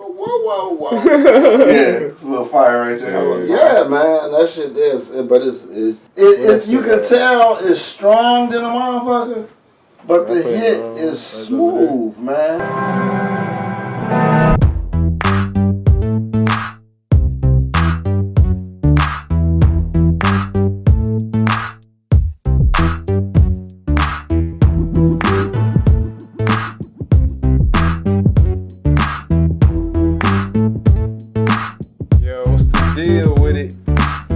whoa, whoa, whoa. yeah, it's a little fire right there. yeah, man, that shit is. But it's it's it, it, you can tell it's strong than a motherfucker, but the hit is smooth, man. Yo, what's the deal with it?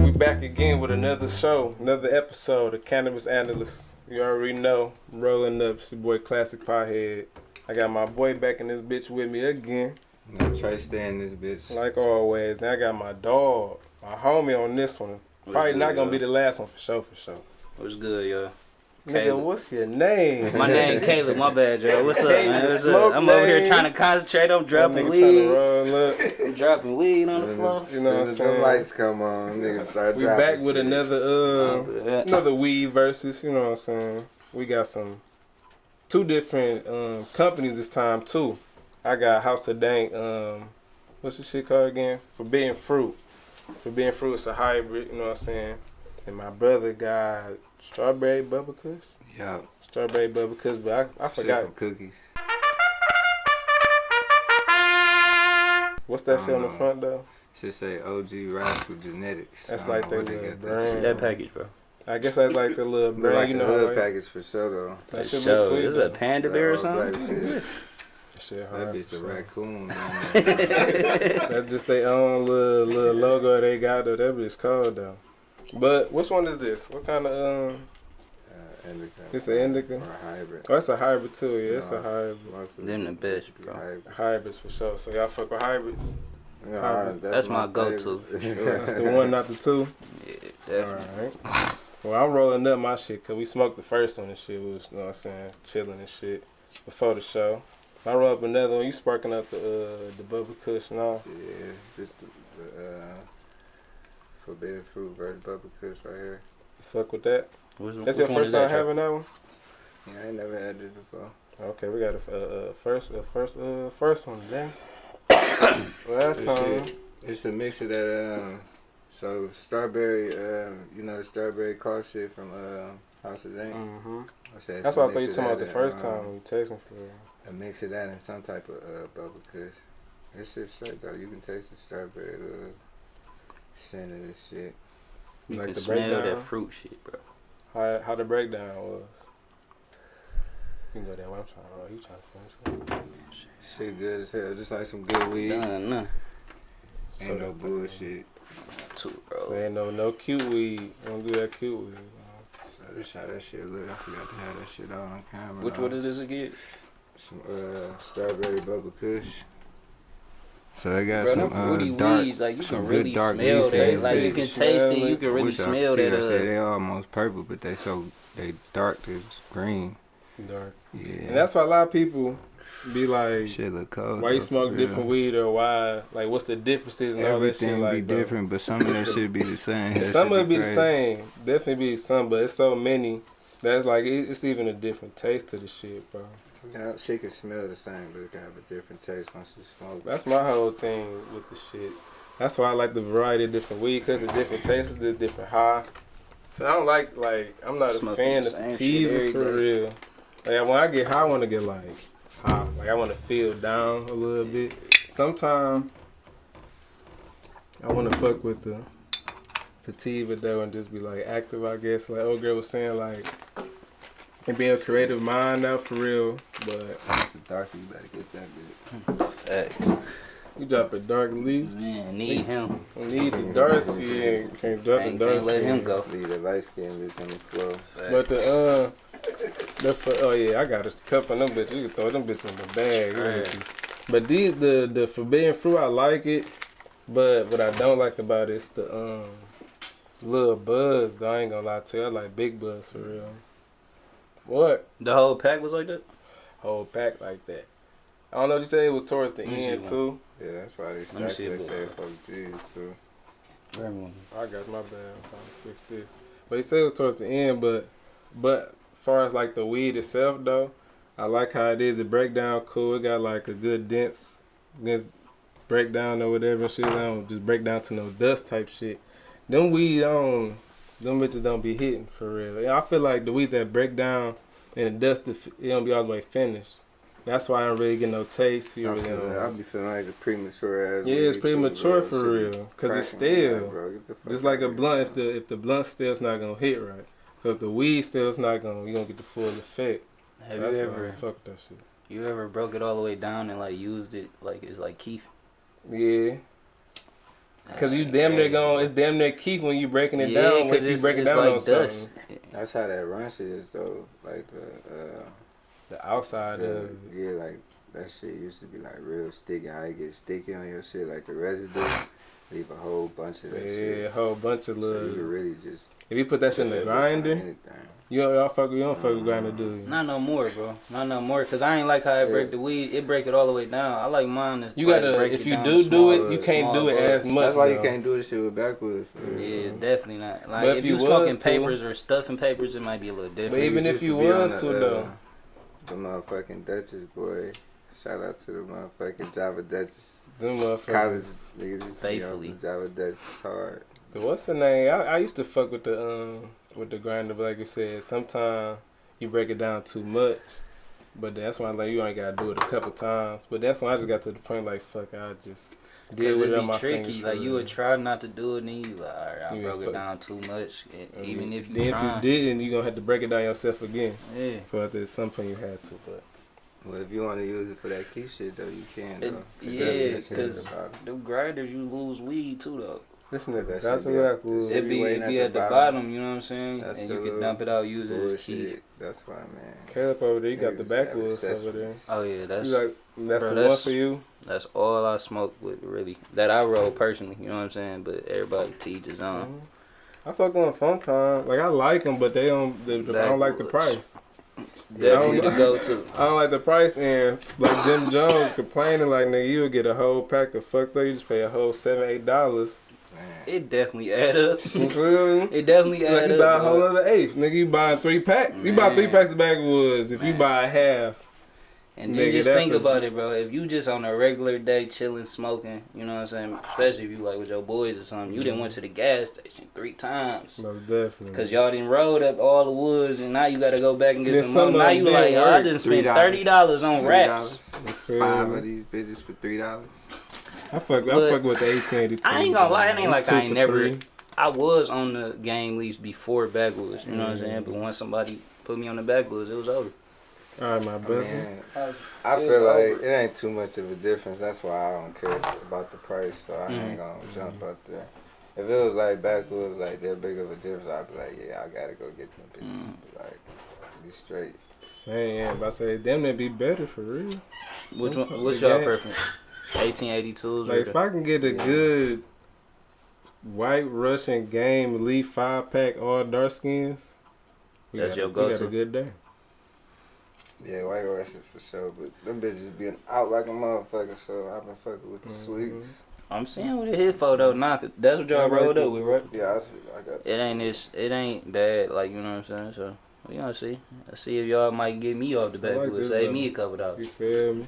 We back again with another show, another episode of Cannabis Analyst. You already know, I'm rolling up, it's your boy Classic Piehead. I got my boy back in this bitch with me again, No, Trey stay in this bitch. like always. Now I got my dog, my homie on this one. Probably good, not gonna yo? be the last one for sure, for sure. What's good, yo? Nigga, Caleb. what's your name? My name Caleb. My bad, yo. What's up, Caleb, man? What's smoke up? I'm over here name. trying to concentrate. I'm That dropping nigga trying to weed. roll up. I'm dropping weed on the Soon as- floor. You know soon what I'm as the saying? lights come on, nigga start We dropping back with shit. another uh, another weed versus, you know what I'm saying? We got some two different um, companies this time too. I got House of Dank, um, what's the shit called again? Forbidden Fruit. Forbidden Fruit is a hybrid, you know what I'm saying? And my brother got Strawberry Bubba Kush. Yo, Strawberry Bubba Kush, but I, I shit forgot from cookies. what's that I shit on the don't know. front though? Should say OG Rascal Genetics. That's I don't like know they where little got brand. shit. That package, bro. I guess that's like the little Look brand, like you a know. hood Right? package for sure though. That shit look So, sweet. is it a though. panda That bear or all black something? shit. That shit That hard. bitch a raccoon. man. Uh, That's just their own little little logo they got though. That bitch called though. But which one is this? What kind of um? Uh, indica. It's an indica? Or a hybrid. Oh, it's a hybrid too. Yeah, it's a No. hybrid. Most of Them the best, should be bro. hybrid. Hybrids for sure. So y'all fuck with hybrids. Yeah, Hybrid. That's my go-to, favorite. That's the one, not the two. Yeah, All definitely. right. Well, I'm rolling up my shit because we smoked the first one and shit. We was, you know what I'm saying, chilling and shit before the show. I roll up another one. You sparking up the uh, the bubble cushion all. Yeah, this the, the uh, forbidden fruit versus bubble kush right here. Fuck with that. What's- That's which your one first is time that, Trey? having that one. Yeah, I ain't never had this before. Okay, we got a, a, a first, a first, uh, first one today. Last This time, shit, it's a mix of that. Um, so strawberry, um, you know the strawberry car shit from uh, House of Dank. hmm I said that's it's a what I thought you mix were talking of about that the first and, um, time we tasting for. it. A mix of that and some type of uh, bubble kush. This shit straight though. You can taste the strawberry, the scent of this shit. You Like can the smell breakdown. that fruit shit, bro. How how the breakdown was. You can go that way. I'm trying. Oh, you trying to finish? Shit good as hell. Just like some good weed. Done, nah. it. Ain't no bullshit. Two, So bro. ain't no no cute weed. Don't do that cute weed. So that's how that shit look. I forgot to have that shit out on uh, camera. Which one is this again? Some uh, strawberry bubble kush. So they got Bro, some them fruity uh, dark. weeds, like you some can good really dark smell weed that. Like you taste. can Smell taste it, it. you can really Wish I- smell shit, that. I said Uh, they almost purple, but they so they dark to green. Dark. Yeah. And that's why a lot of people be like, shit look cold. why you though, smoke for different real. weed or why like what's the differences and all that shit. Everything like be bro. different, but some of that shit be the same. That some shit of it be the crazy. same, definitely be some, but it's so many that's like it, it's even a different taste to the shit, bro. Yeah, shit can smell the same, but it can have a different taste once you smoke. it. That's my whole thing with the shit. That's why I like the variety of different weed because the different tastes, the different high. So I don't like like I'm not Smoking a fan the of same shit sativa every for day. real. Like when I get high, I want to get like high. Like I want to feel down a little bit. Sometimes I want to fuck with the sativa though and just be like active, I guess. Like old girl was saying, like and be a creative mind out for real, but That's the dark. You better get that bitch. uh, facts. you drop a dark leaves. Man, need him. We need the dark skin. Can't drop the Can't, dark can't let skin. him go. Leave the light skin bitch on the floor. But the uh, the for, oh yeah, I got a cup of them bitches. You can throw them bitches in the bag. You know, Right. But these the the forbidden fruit, I like it. But what I don't like about it's the um little buzz. Though I ain't gonna lie to you, I like big buzz for real. What The whole pack was like that. whole pack like that? I don't know. what You say it was towards the Let me see end one. too. Yeah, that's why they Let me stack see they it, boy. say fuck G's too. I got my bad. I'm trying to fix this. But he said it was towards the end, but but far as like the weed itself though, I like how it is. It break down cool. It got like a good dense, dense breakdown or whatever and shit. I don't just break down to no dust type shit. Them weed, I don't, them bitches don't be hitting for real. Yeah, I feel like the weed that break down and the dust, it don't be all the way finished. That's why I don't really get no taste. You I really feel like- I don't. be feeling like a premature ass. Yeah, it's nigga, too, premature bro. for Shit be real, 'cause it's cracking me up, stale. bro. Get the fuck Just like out a of blunt, here. if the if the blunt still's not gonna hit right, so if the weed still's not gonna, you gonna get the full effect. So Have that's you why I ever fuck that shit? you ever broke it all the way down and like used it like it's like Keith? Yeah, cause you damn near going, it's damn near keep when you breaking it Uh, Yeah, down. 'cause Once you it's- break it it's down like on dust. something, That's how that run shit is though. Like the uh, the outside of. the- yeah, like that shit used to be like real sticky. How it get sticky on your shit, like the residue, leave a whole bunch of that Yeah, a shit. whole bunch of So you can little. really just If you put that shit in put the that bitch on grinder, anything. you don't y'all fuck, you don't fuck with grinder, do you? Not no more, bro. Not no more. Cause I ain't like how it break Yeah. the weed. It break it all the way down. I like mine. To, You like, gotta- break if it you down do to do it, smaller- you can't do smaller it as buds. much, That's why though. you can't do this shit with backwards. For real. Yeah, definitely not. Like But if, if you you, was smoking to- papers or stuffing papers, it might be a little different. But even Niggas if used you be on uh, was to, though. the motherfucking Duchess boy. Shout out to the motherfucking Java Duchess. Them College motherfuckers. niggas used to be on Faithfully. the Java Duchess hard. The- What's the name? I, I used to fuck with the um with the grinder, but like you said, sometimes you break it down too much. But that's why like you only gotta do it a couple times. But that's when I just got to the point like fuck, I just deal Cause with it it'd on be my tricky. fingers Like for you would real. try not to do it, and then you like, all right, I Yeah, broke it fuck. down too much. And And even if then you try, if you didn't, you gonna have to break it down yourself again. yeah, So at this- some point you had to, but Well, if you want to use it for that key shit, though, you can, It- though. yeah, because- them grinders you lose weed too though. listen to to that that. shit, yeah. It It be be waiting it be at the bottom. you know what I'm saying? That's and the you little can dump it out, use it as key. Bullshit. That's why, man. Caleb over there, you got the Niggas have backwoods over there. accessories. Oh yeah, that's You like that's bro, the one that's- for you. that's all I smoke with really. That I roll personally, you know what I'm saying? But everybody teaches on. Mhm. I fuck on fun time. Like I like them, but they don't. They, I don't like the Backwards. price. Definitely I to don't- go to. I don't like the price, and like Jim Jones complaining, like nigga, you'll get a whole pack of fuck though. You just pay a whole seven, eight dollars. Man. It definitely add up. You feel me? It definitely Like add you up. buy a whole dog. other eighth, nigga. You buy three packs. You buy three Man. packs of backwoods. If you Man. buy half, And then Nigga, just that's think a- about it, bro. If you just on a regular day chilling, smoking, you know what I'm saying? Especially if you like with your boys or something, you didn't went to the gas station three times. most definitely. Cause y'all didn't rode up all the woods, and now you gotta go back and get Then some. some more. Now of you them like, didn't oh, I work. didn't spend thirty dollars on wraps. $3. You feel Five me? of these bitches for three dollars. I fuck. I But- fuck with the eighteen eighty two. I ain't gonna lie, it ain't like I ain't never- Three. I was on the game leaves before backwoods, you know what I'm saying? Mm-hmm. But once somebody put me on the backwoods, it was over. All right, my brother. Man, I It's feel like over. it ain't too much of a difference. That's why I don't care about the price, so I Mm-hmm. ain't gonna Mm-hmm. jump up there. If it was like backwoods, like that big of a difference, I'd be like, yeah, I gotta go get them bitches. Mm-hmm. But, Like, be straight. Same, yeah, but I say damn, that be better for real. Which one? Sometimes What's the y'all gas- preference? 1882s Like or if the, I can get a Yeah. good white Russian game leaf five pack all dark skins, we That's got, your we got go-to. a good day. Yeah, white Russians for sure, but them bitches been out like a motherfucker, so I've been fucking with the Mhm. sweets. I'm seeing what it hit for though. Nah, 'cause that's what y'all That might rolled be- up with, right? Yeah, I, sweet- I got. It ain't this. It ain't bad. Like you know what I'm saying. So we gonna see. Let's see if y'all might get me off the I like backwoods. this, Save though. me a couple You dollars. feel me?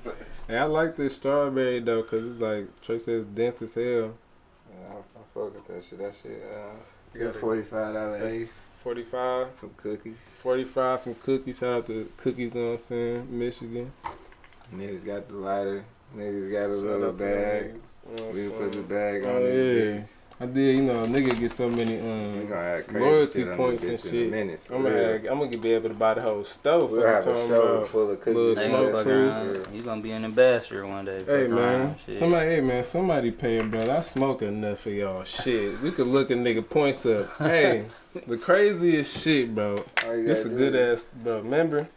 And I like this strawberry though, cause it's like Trey says dense as hell. Yeah, I, I fuck with that shit. That shit. Uh, You got you got it. forty five dollar eighth 45, from cookies. 45 from Cookie. Shout out to Cookies, you know what I'm saying? Michigan. Niggas got the lighter. Niggas got a Shout little out to bag. them niggas, you know what I'm We put the saying? bag on Oh, the yeah. bitch. I did, you know, a nigga get so many. We Um, gonna have crazy Loyalty shit on points this bitch and in a shit. minute. for I'm gonna, real. have, I'm gonna be able to buy the whole stove. We'll have a show full of uh, little cookies. Hey, and smoke shit. motherfucker, uh, you gonna be an ambassador one day. Hey fucking man, around, shit. somebody, hey man, somebody pay a bill. I smoke enough of y'all shit. We could look a nigga points up. Hey, the craziest shit, bro. All you This a gotta good do is- ass, bro. Remember,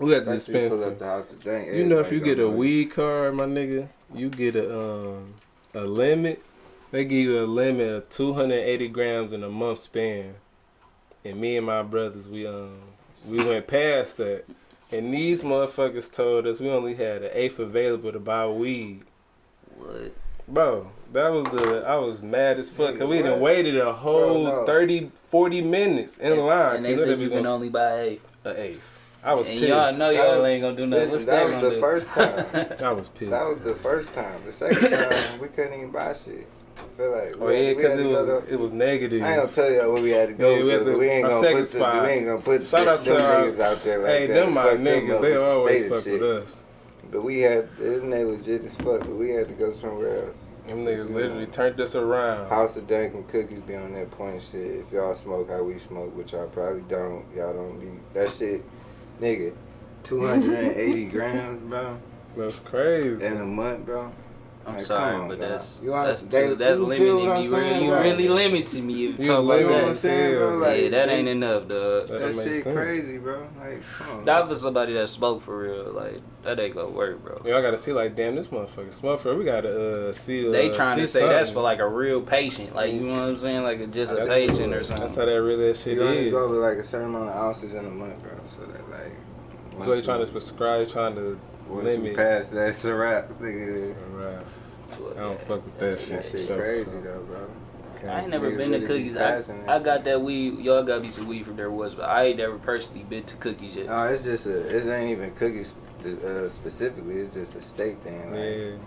we at the That shit pull up dispenser. the house today. You know, if everybody you get gonna a know. weed card, my nigga, you get a um a limit. They give you a limit of 280 grams in a month span. And me and my brothers, we um we went past that. And these motherfuckers told us we only had an eighth available to buy weed. What? Bro, that was the I was mad as fuck because we Nigga, done what? waited a whole Bro, no. thirty, forty 30, 40 minutes in line. And they 'cause it'd said be you can gonna- only buy eight. a eighth. I was And pissed. y'all know That y'all was- ain't gonna do nothing. listen, What's that that, was gonna the do? first time. I was pissed. That was the first time. The second time, we couldn't even buy shit. I feel oh yeah, like we, had- we had because to it go was to- it was negative. I ain't gonna tell y'all where we had to go Yeah, we had to, to- but we ain't our gonna put second the, spot. we ain't gonna put Shout out to them our, niggas out there like hey, that. them my Fuck niggas. up they the state always and fuck shit. with us. But we had isn't they legit as fuck, but we had to go somewhere else. Them niggas literally turned us around. House of Dank and Cookies be on that point shit. If y'all smoke how we smoke, which y'all probably don't, y'all don't be that shit, nigga. Two hundred and eighty grams, bro, That's crazy. in a month, bro. I'm Like, sorry, come on, but bro. that's You that's honest- too, they- that's you feel what limiting. I'm You really, saying, you bro? really limiting me if you You talk You about know what I'm that. saying, bro? Yeah, Like, Uh, yeah, that they- ain't enough, dog. That That makes shit sense. crazy, bro. Like, come on. That was somebody that spoke for real. Like that ain't gonna work, bro. Y'all gotta see like, damn, this motherfucker smart for. We gotta uh, see. Uh, They trying see to say that's something. for like a real patient, like you know what I'm saying, like a, just a That's- patient or something. That's how that really that shit You only is. go with like a certain amount of ounces in a month, bro. So that like, So they trying to prescribe, trying to once you limit. pass that, it's a wrap, nigga. Alright. Fuck I don't that. fuck with that That shit. shit so- crazy though, bro. I Okay. ain't never Niggas been to really be cookies. I, passing that I shit. got that weed. Y'all got me some weed from there was, but I ain't never personally been to cookies yet. No, it's just a. It ain't even cookies uh, specifically. It's just a state thing. Like,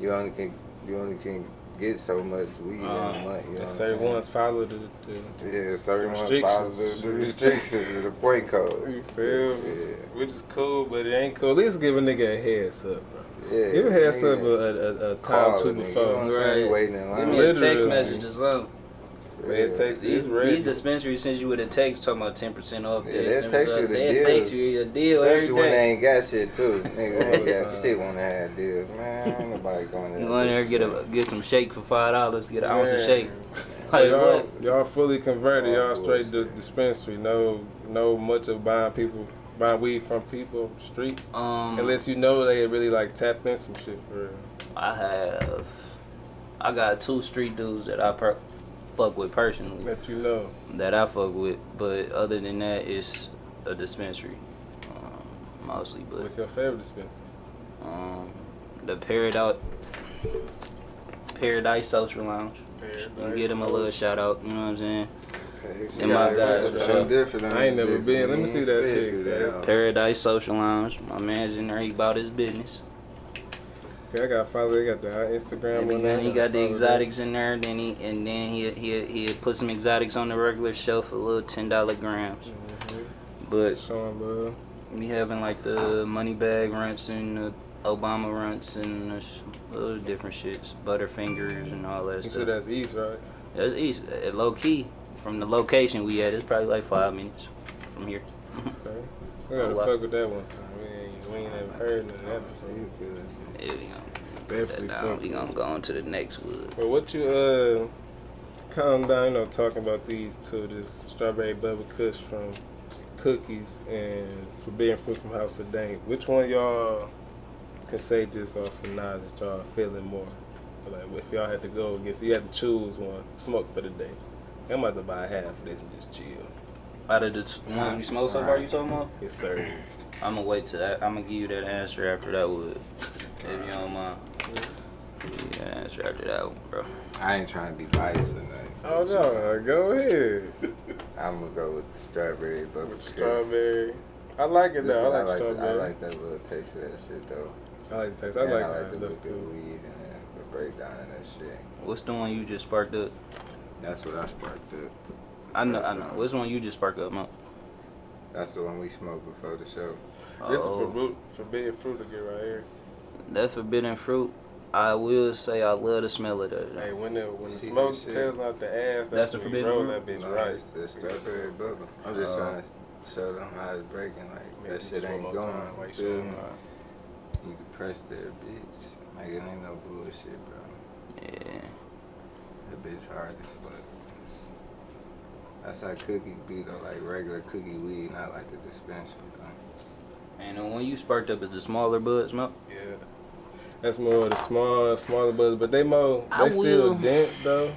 Yeah, You only can you only can get so much weed in Uh, a month. You know they what I'm say saying? ones follow the. the Yeah, certain ones Restrictions. follows the, the restrictions of the point code. you feel me? Yeah. Which is cool, but it ain't cool. At least give a nigga a heads up, bro. yeah. Give a heads nigga, up a, a, a, a call uh, time a two nigga, You know what before. I'm saying? You Right. Waiting in Give line. me a text Literally. message or something. Man, it takes These, it's ready. these dispensaries sends you with a text talking about ten percent off. Yeah, this, they'll 10% text you the off that. They'll deals. text you your deal Especially every when they day. ain't got shit too. Nigga, All ain't the got time. shit wanna have deals. Man, ain't nobody going there. You go in there get a get some shake for five dollars. Get an ounce of Man. shake. So Like y'all, what? y'all fully converted. Oh, Y'all straight to dispensary. No, no much of buying people, buying weed from people streets. Um, Unless you know they really like tapped in some shit for real. I have, I got two street dudes that I per- fuck with personally. That you know. that I fuck with. But other than that, it's a dispensary, um, mostly. What's But your favorite dispensary? um, the Paradise Paradise Social Lounge. You get them a little shout out. You know what I'm saying? In And my guys, bro. different. than I ain't never this, been. Let me man. see that Stick shit, to man. that. Paradise Social Lounge. My man's in there. He bought his business. Okay, I got follow. They got the Instagram And one. then I he got the follow exotics in there. Then he and then he he he put some exotics on the regular shelf for little ten dollar grams. that. Mhm. But Showing love. We having like the money bag runts and the Obama runts and the sh- other different shits, Butterfingers and all that You stuff. said that's East, right? That's easy. At low key, from the location we at, it's probably like five minutes from here. Okay. We gotta Oh, wow. fuck with that one time. We ain't, we ain't never heard none of that So before. you good. Yeah, we gonna Definitely put that down. fuck. We gonna go on to the next wood. But what you uh, calm down. You know, talking about these two, this strawberry bubble kush from Cookies and Forbidden Fruit from House of Dank. Which one y'all can say just off of now that y'all feeling more? Like, if y'all had to go against, you had to choose one. Smoke for the day. I'm about to buy half of this and just chill. Out of the t- ones we smoked so far, you talking about? Yes, sir. I'm gonna wait till that. I'm gonna give you that answer after that wood, if you don't mind. Give you that answer after that, one, bro. I ain't trying to be biased or nothing. Oh no, go ahead. I'm gonna go with the strawberry bubble. Strawberry. I like it Just though. 'cause I I like, like, the- I strawberry. like that little taste of that shit though. I like the taste. I And like, I how like it the look look of the too. weed and the breakdown and that shit. What's the one you just sparked up? That's what I sparked up. I know, I know. What's the one you just sparked up, Mo? That's the one we smoked before the show. This is Oh. for root, forbidden fruit to get right here. That forbidden fruit, I will say I love the smell of that. Hey, when the when the See smoke that shit? tails out the ass, That's that's, the when you forbidden roll fruit? that bitch No, right. It's the strawberry bubble. I'm just Oh. trying to show them how it's breaking. Like Make that you shit just one ain't more going. time, like, uh, you feel show me? 'em. You can press that bitch. Like it ain't no bullshit, bro. Yeah. That bitch hard as fuck. It's- That's how cookies be though, like regular cookie weed, not like the dispensary. Though. And the one you sparked up is the smaller buds, Mo. Yeah. That's more of the small, smaller buds, but they more I they still will- dense though.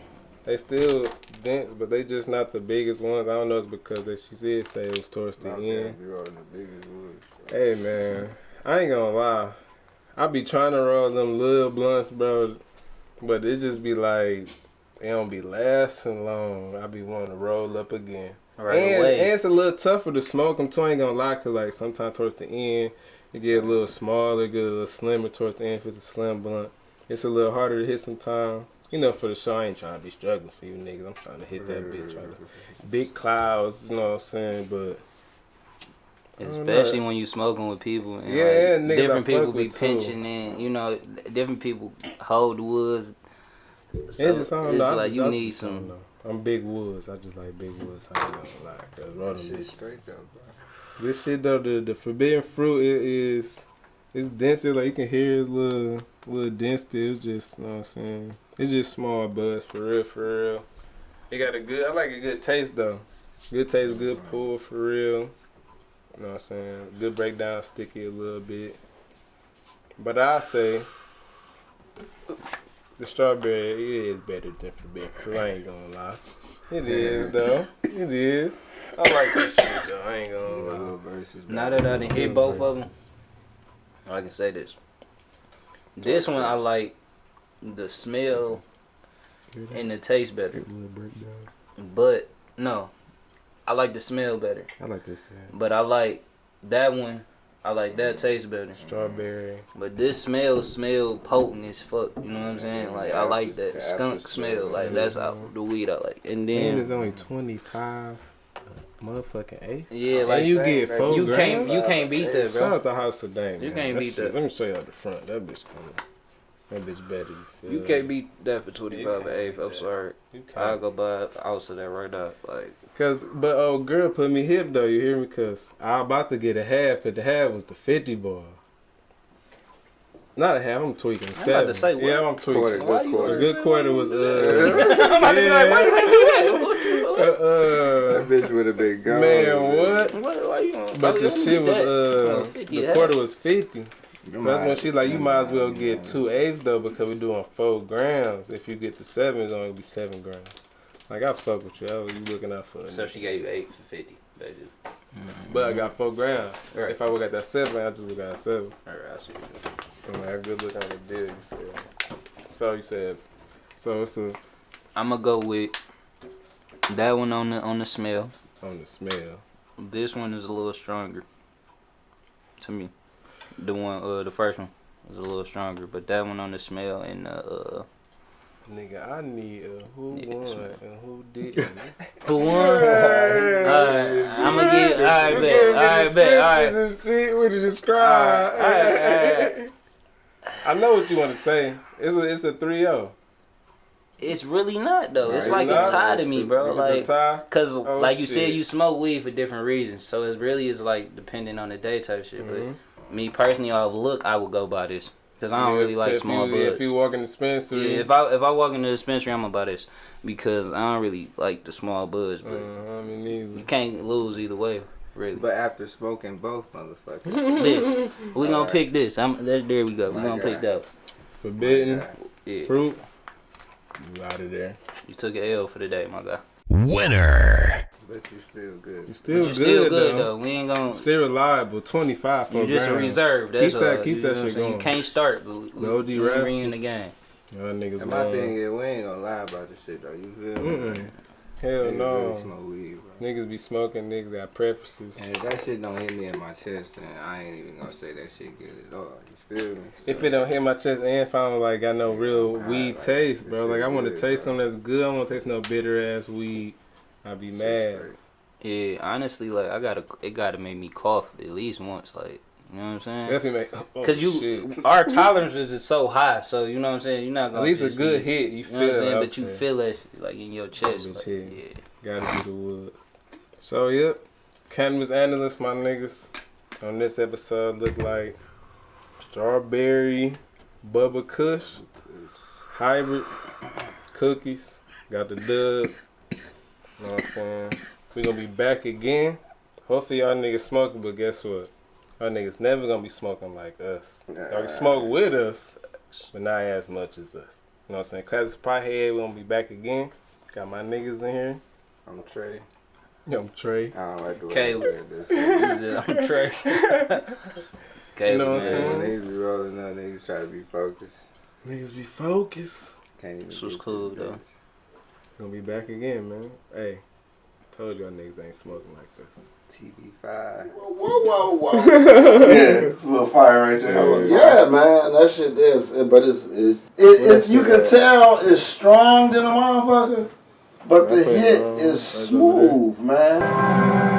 They still dense, but they just not the biggest ones. I don't know. It's because that she did say it was towards the Not end. that you rolling the biggest wood. Hey man, I ain't gonna lie. I be trying to roll them little blunts, bro, but it just be like it don't be lasting long. I be wanting to roll up again. Right and, away. and it's a little tougher to smoke them too. I ain't gonna lie, cause like sometimes towards the end, it get a little smaller, get a little slimmer towards the end. If it's a slim blunt, it's a little harder to hit sometimes. You know, for the show, I ain't trying to be struggling for you niggas. I'm trying to hit that bitch. Trying to, big clouds, you know what I'm saying? But don't know. Especially when you smoking with people and Oh, Yeah, like, yeah, niggas I different people fuck be with, too. pinching and you know different people hold woods. So it's just I don't it's know. I like just- you I need just don't some. know. I'm big woods. I just like big woods. I ain't gonna lie. Cause roll them Shit bitches. straight though, bro. This shit though, the, the forbidden fruit it is it's denser, like you can hear it's little little dense still, it's just you know what I'm saying. It's just small buds for real, for real. It got a good I like a good taste though. Good taste, good pull for real. You know what I'm saying? Good breakdown, sticky a little bit. But I say the strawberry it is better than forbidden fruit. I ain't gonna lie. It is though. It is. I like this shit though. I ain't Get a gonna lie. little verses, bro. Now that I done hit both of them, I can say this. This one I like the smell and the taste better, but no, I like the smell better. I like this. Yeah. But I like that one. I like that taste better. Strawberry. But this smell smell potent as fuck. You know what I'm saying? Like I like that The skunk after smell. smell. Like that's out the weed I like. And And then it's only twenty five, motherfucking eight. yeah, Like like you that, get baby. four you grams. can't you can't beat that, Shout bro. out the house today. Man. You can't That beat shit- that. Let me show y'all the front. That bitch coming. That bitch better. feel You me? can't beat that for twenty You five can't or eighth. beat I'm that. sorry. You I'll can't. go buy also that right now. Like Cause, but oh, girl put me hip though. You hear me? Cause I about to get a half, but the half was the fifty bar. Not a half. I'm tweaking. to Seven. say, what? Yeah, I'm tweaking. Quarter, Why good you A quarter. good quarter was uh. I'm about to be like, why you uh, do that? uh That bitch would have been gone. man, what? What you- what- Why you gonna- But the why you shit was gonna do uh, Well, 50, the that- quarter was fifty. You So that's when might- she like, you might as well get two eighths though because we're doing four grams. If you get the seven, it's only gonna be seven grams. Like I fuck with you, I was you looking out for. a that? So nigga. she gave you eight for fifty. Basically. But I got four grams. Right. If I would got that seven, I just would got a seven. All right, I see. what you're doing. I'm like, a good look on the deal. You said. So you said, so it's a I'm gonna go with that one on the on the smell. on the smell. This one is a little stronger to me. The one, uh, the first one was a little stronger, but that one on the smell and uh, uh Nigga, I need a who Yeah, won smell. and who didn't. who won? Alright, I'ma get. Alright, bet. Alright, bet. Alright. We just describe. Alright, alright, alright. I know what you want to say. It's a it's a three oh. zero. It's really not though. It's Right, like it's a tie not. to me, It's a- bro. It's a Like, tie. cause Oh, like you said, shit. you smoke weed for different reasons, so it really is like dependent on the day type shit. Mhm. But me personally, off look, I would go by this, cause I don't Yeah, really like if small you, buds. If you walk in the dispensary, Yeah, if I if I walk into the dispensary, I'm gonna buy this because I don't really like the small buds, but uh, I mean, you neither. can't lose either way, really. Mm. But after smoking both, motherfucker. this we gonna Alright. pick this. I'm there. There we go. We My gonna God. pick that. forbidden Yeah. Yeah, fruit. You out of there. you took an L for the day, my guy. Winner. But you still good. You But still you're good still good though. though. We ain't gonna. Still reliable. Twenty five for you just a ground. reserve. That's Keep that- all. keep You that know what I'm shit saying? going. You can't start, but we, The OG we we in Rascals. the game. Y'all niggas And my love. thing is, we ain't gonna lie about this shit though. You feel me? Mm-mm. Like, Hell niggas no. really smoke weed, bro. Niggas be smoking. Niggas got preferences. And if that shit don't hit me in my chest, then I ain't even gonna say that shit good at all. You feel me? If it don't hit my chest and if I don't like got no real Nah, weed like, taste, this bro. shit Like I want to good, taste bro. something that's good. I don't want to taste no bitter ass weed. I'd be Shit's mad. straight. Yeah, honestly, like I gotta. It gotta make me cough at least once. Like you know what I'm saying? Definitely make. Oh, Cause you, shit. our tolerance is just so high, so you know what I'm saying. You're not at gonna least a just good be- hit. You You know feel. what I'm saying? But you okay. feel that shit, like in your chest. Bitch, Like, yeah. yeah. Gotta do the woods. So yep, cannabis analyst, my niggas. On this episode, look like strawberry, Bubba Kush, hybrid cookies. Got the dub. You know what I'm saying? We gonna be back again. Hopefully y'all niggas smoking, but guess what? Y'all niggas never gonna be smoking like us. Y'all can smoke with us, but not as much as us. You know what I'm saying? Classic Pothead, we gonna be back again. Got my niggas in here. I'm Trey. Yo, I'm Trey. I don't like the way Caleb. you said this. He's a- I'm Trey. Okay, You know what I'm Man, saying? when niggas be rolling up, niggas try to be focused. Niggas be focused. Can't even This was get cool, through though. this. Gonna be back again, man. Hey, Told y'all niggas ain't smoking like this. TB5. Whoa, whoa, whoa. Yeah, it's a little fire right there. yeah, man, that shit is. But it's it's it, it, you can tell it's strong than a motherfucker, but the hit is smooth, man.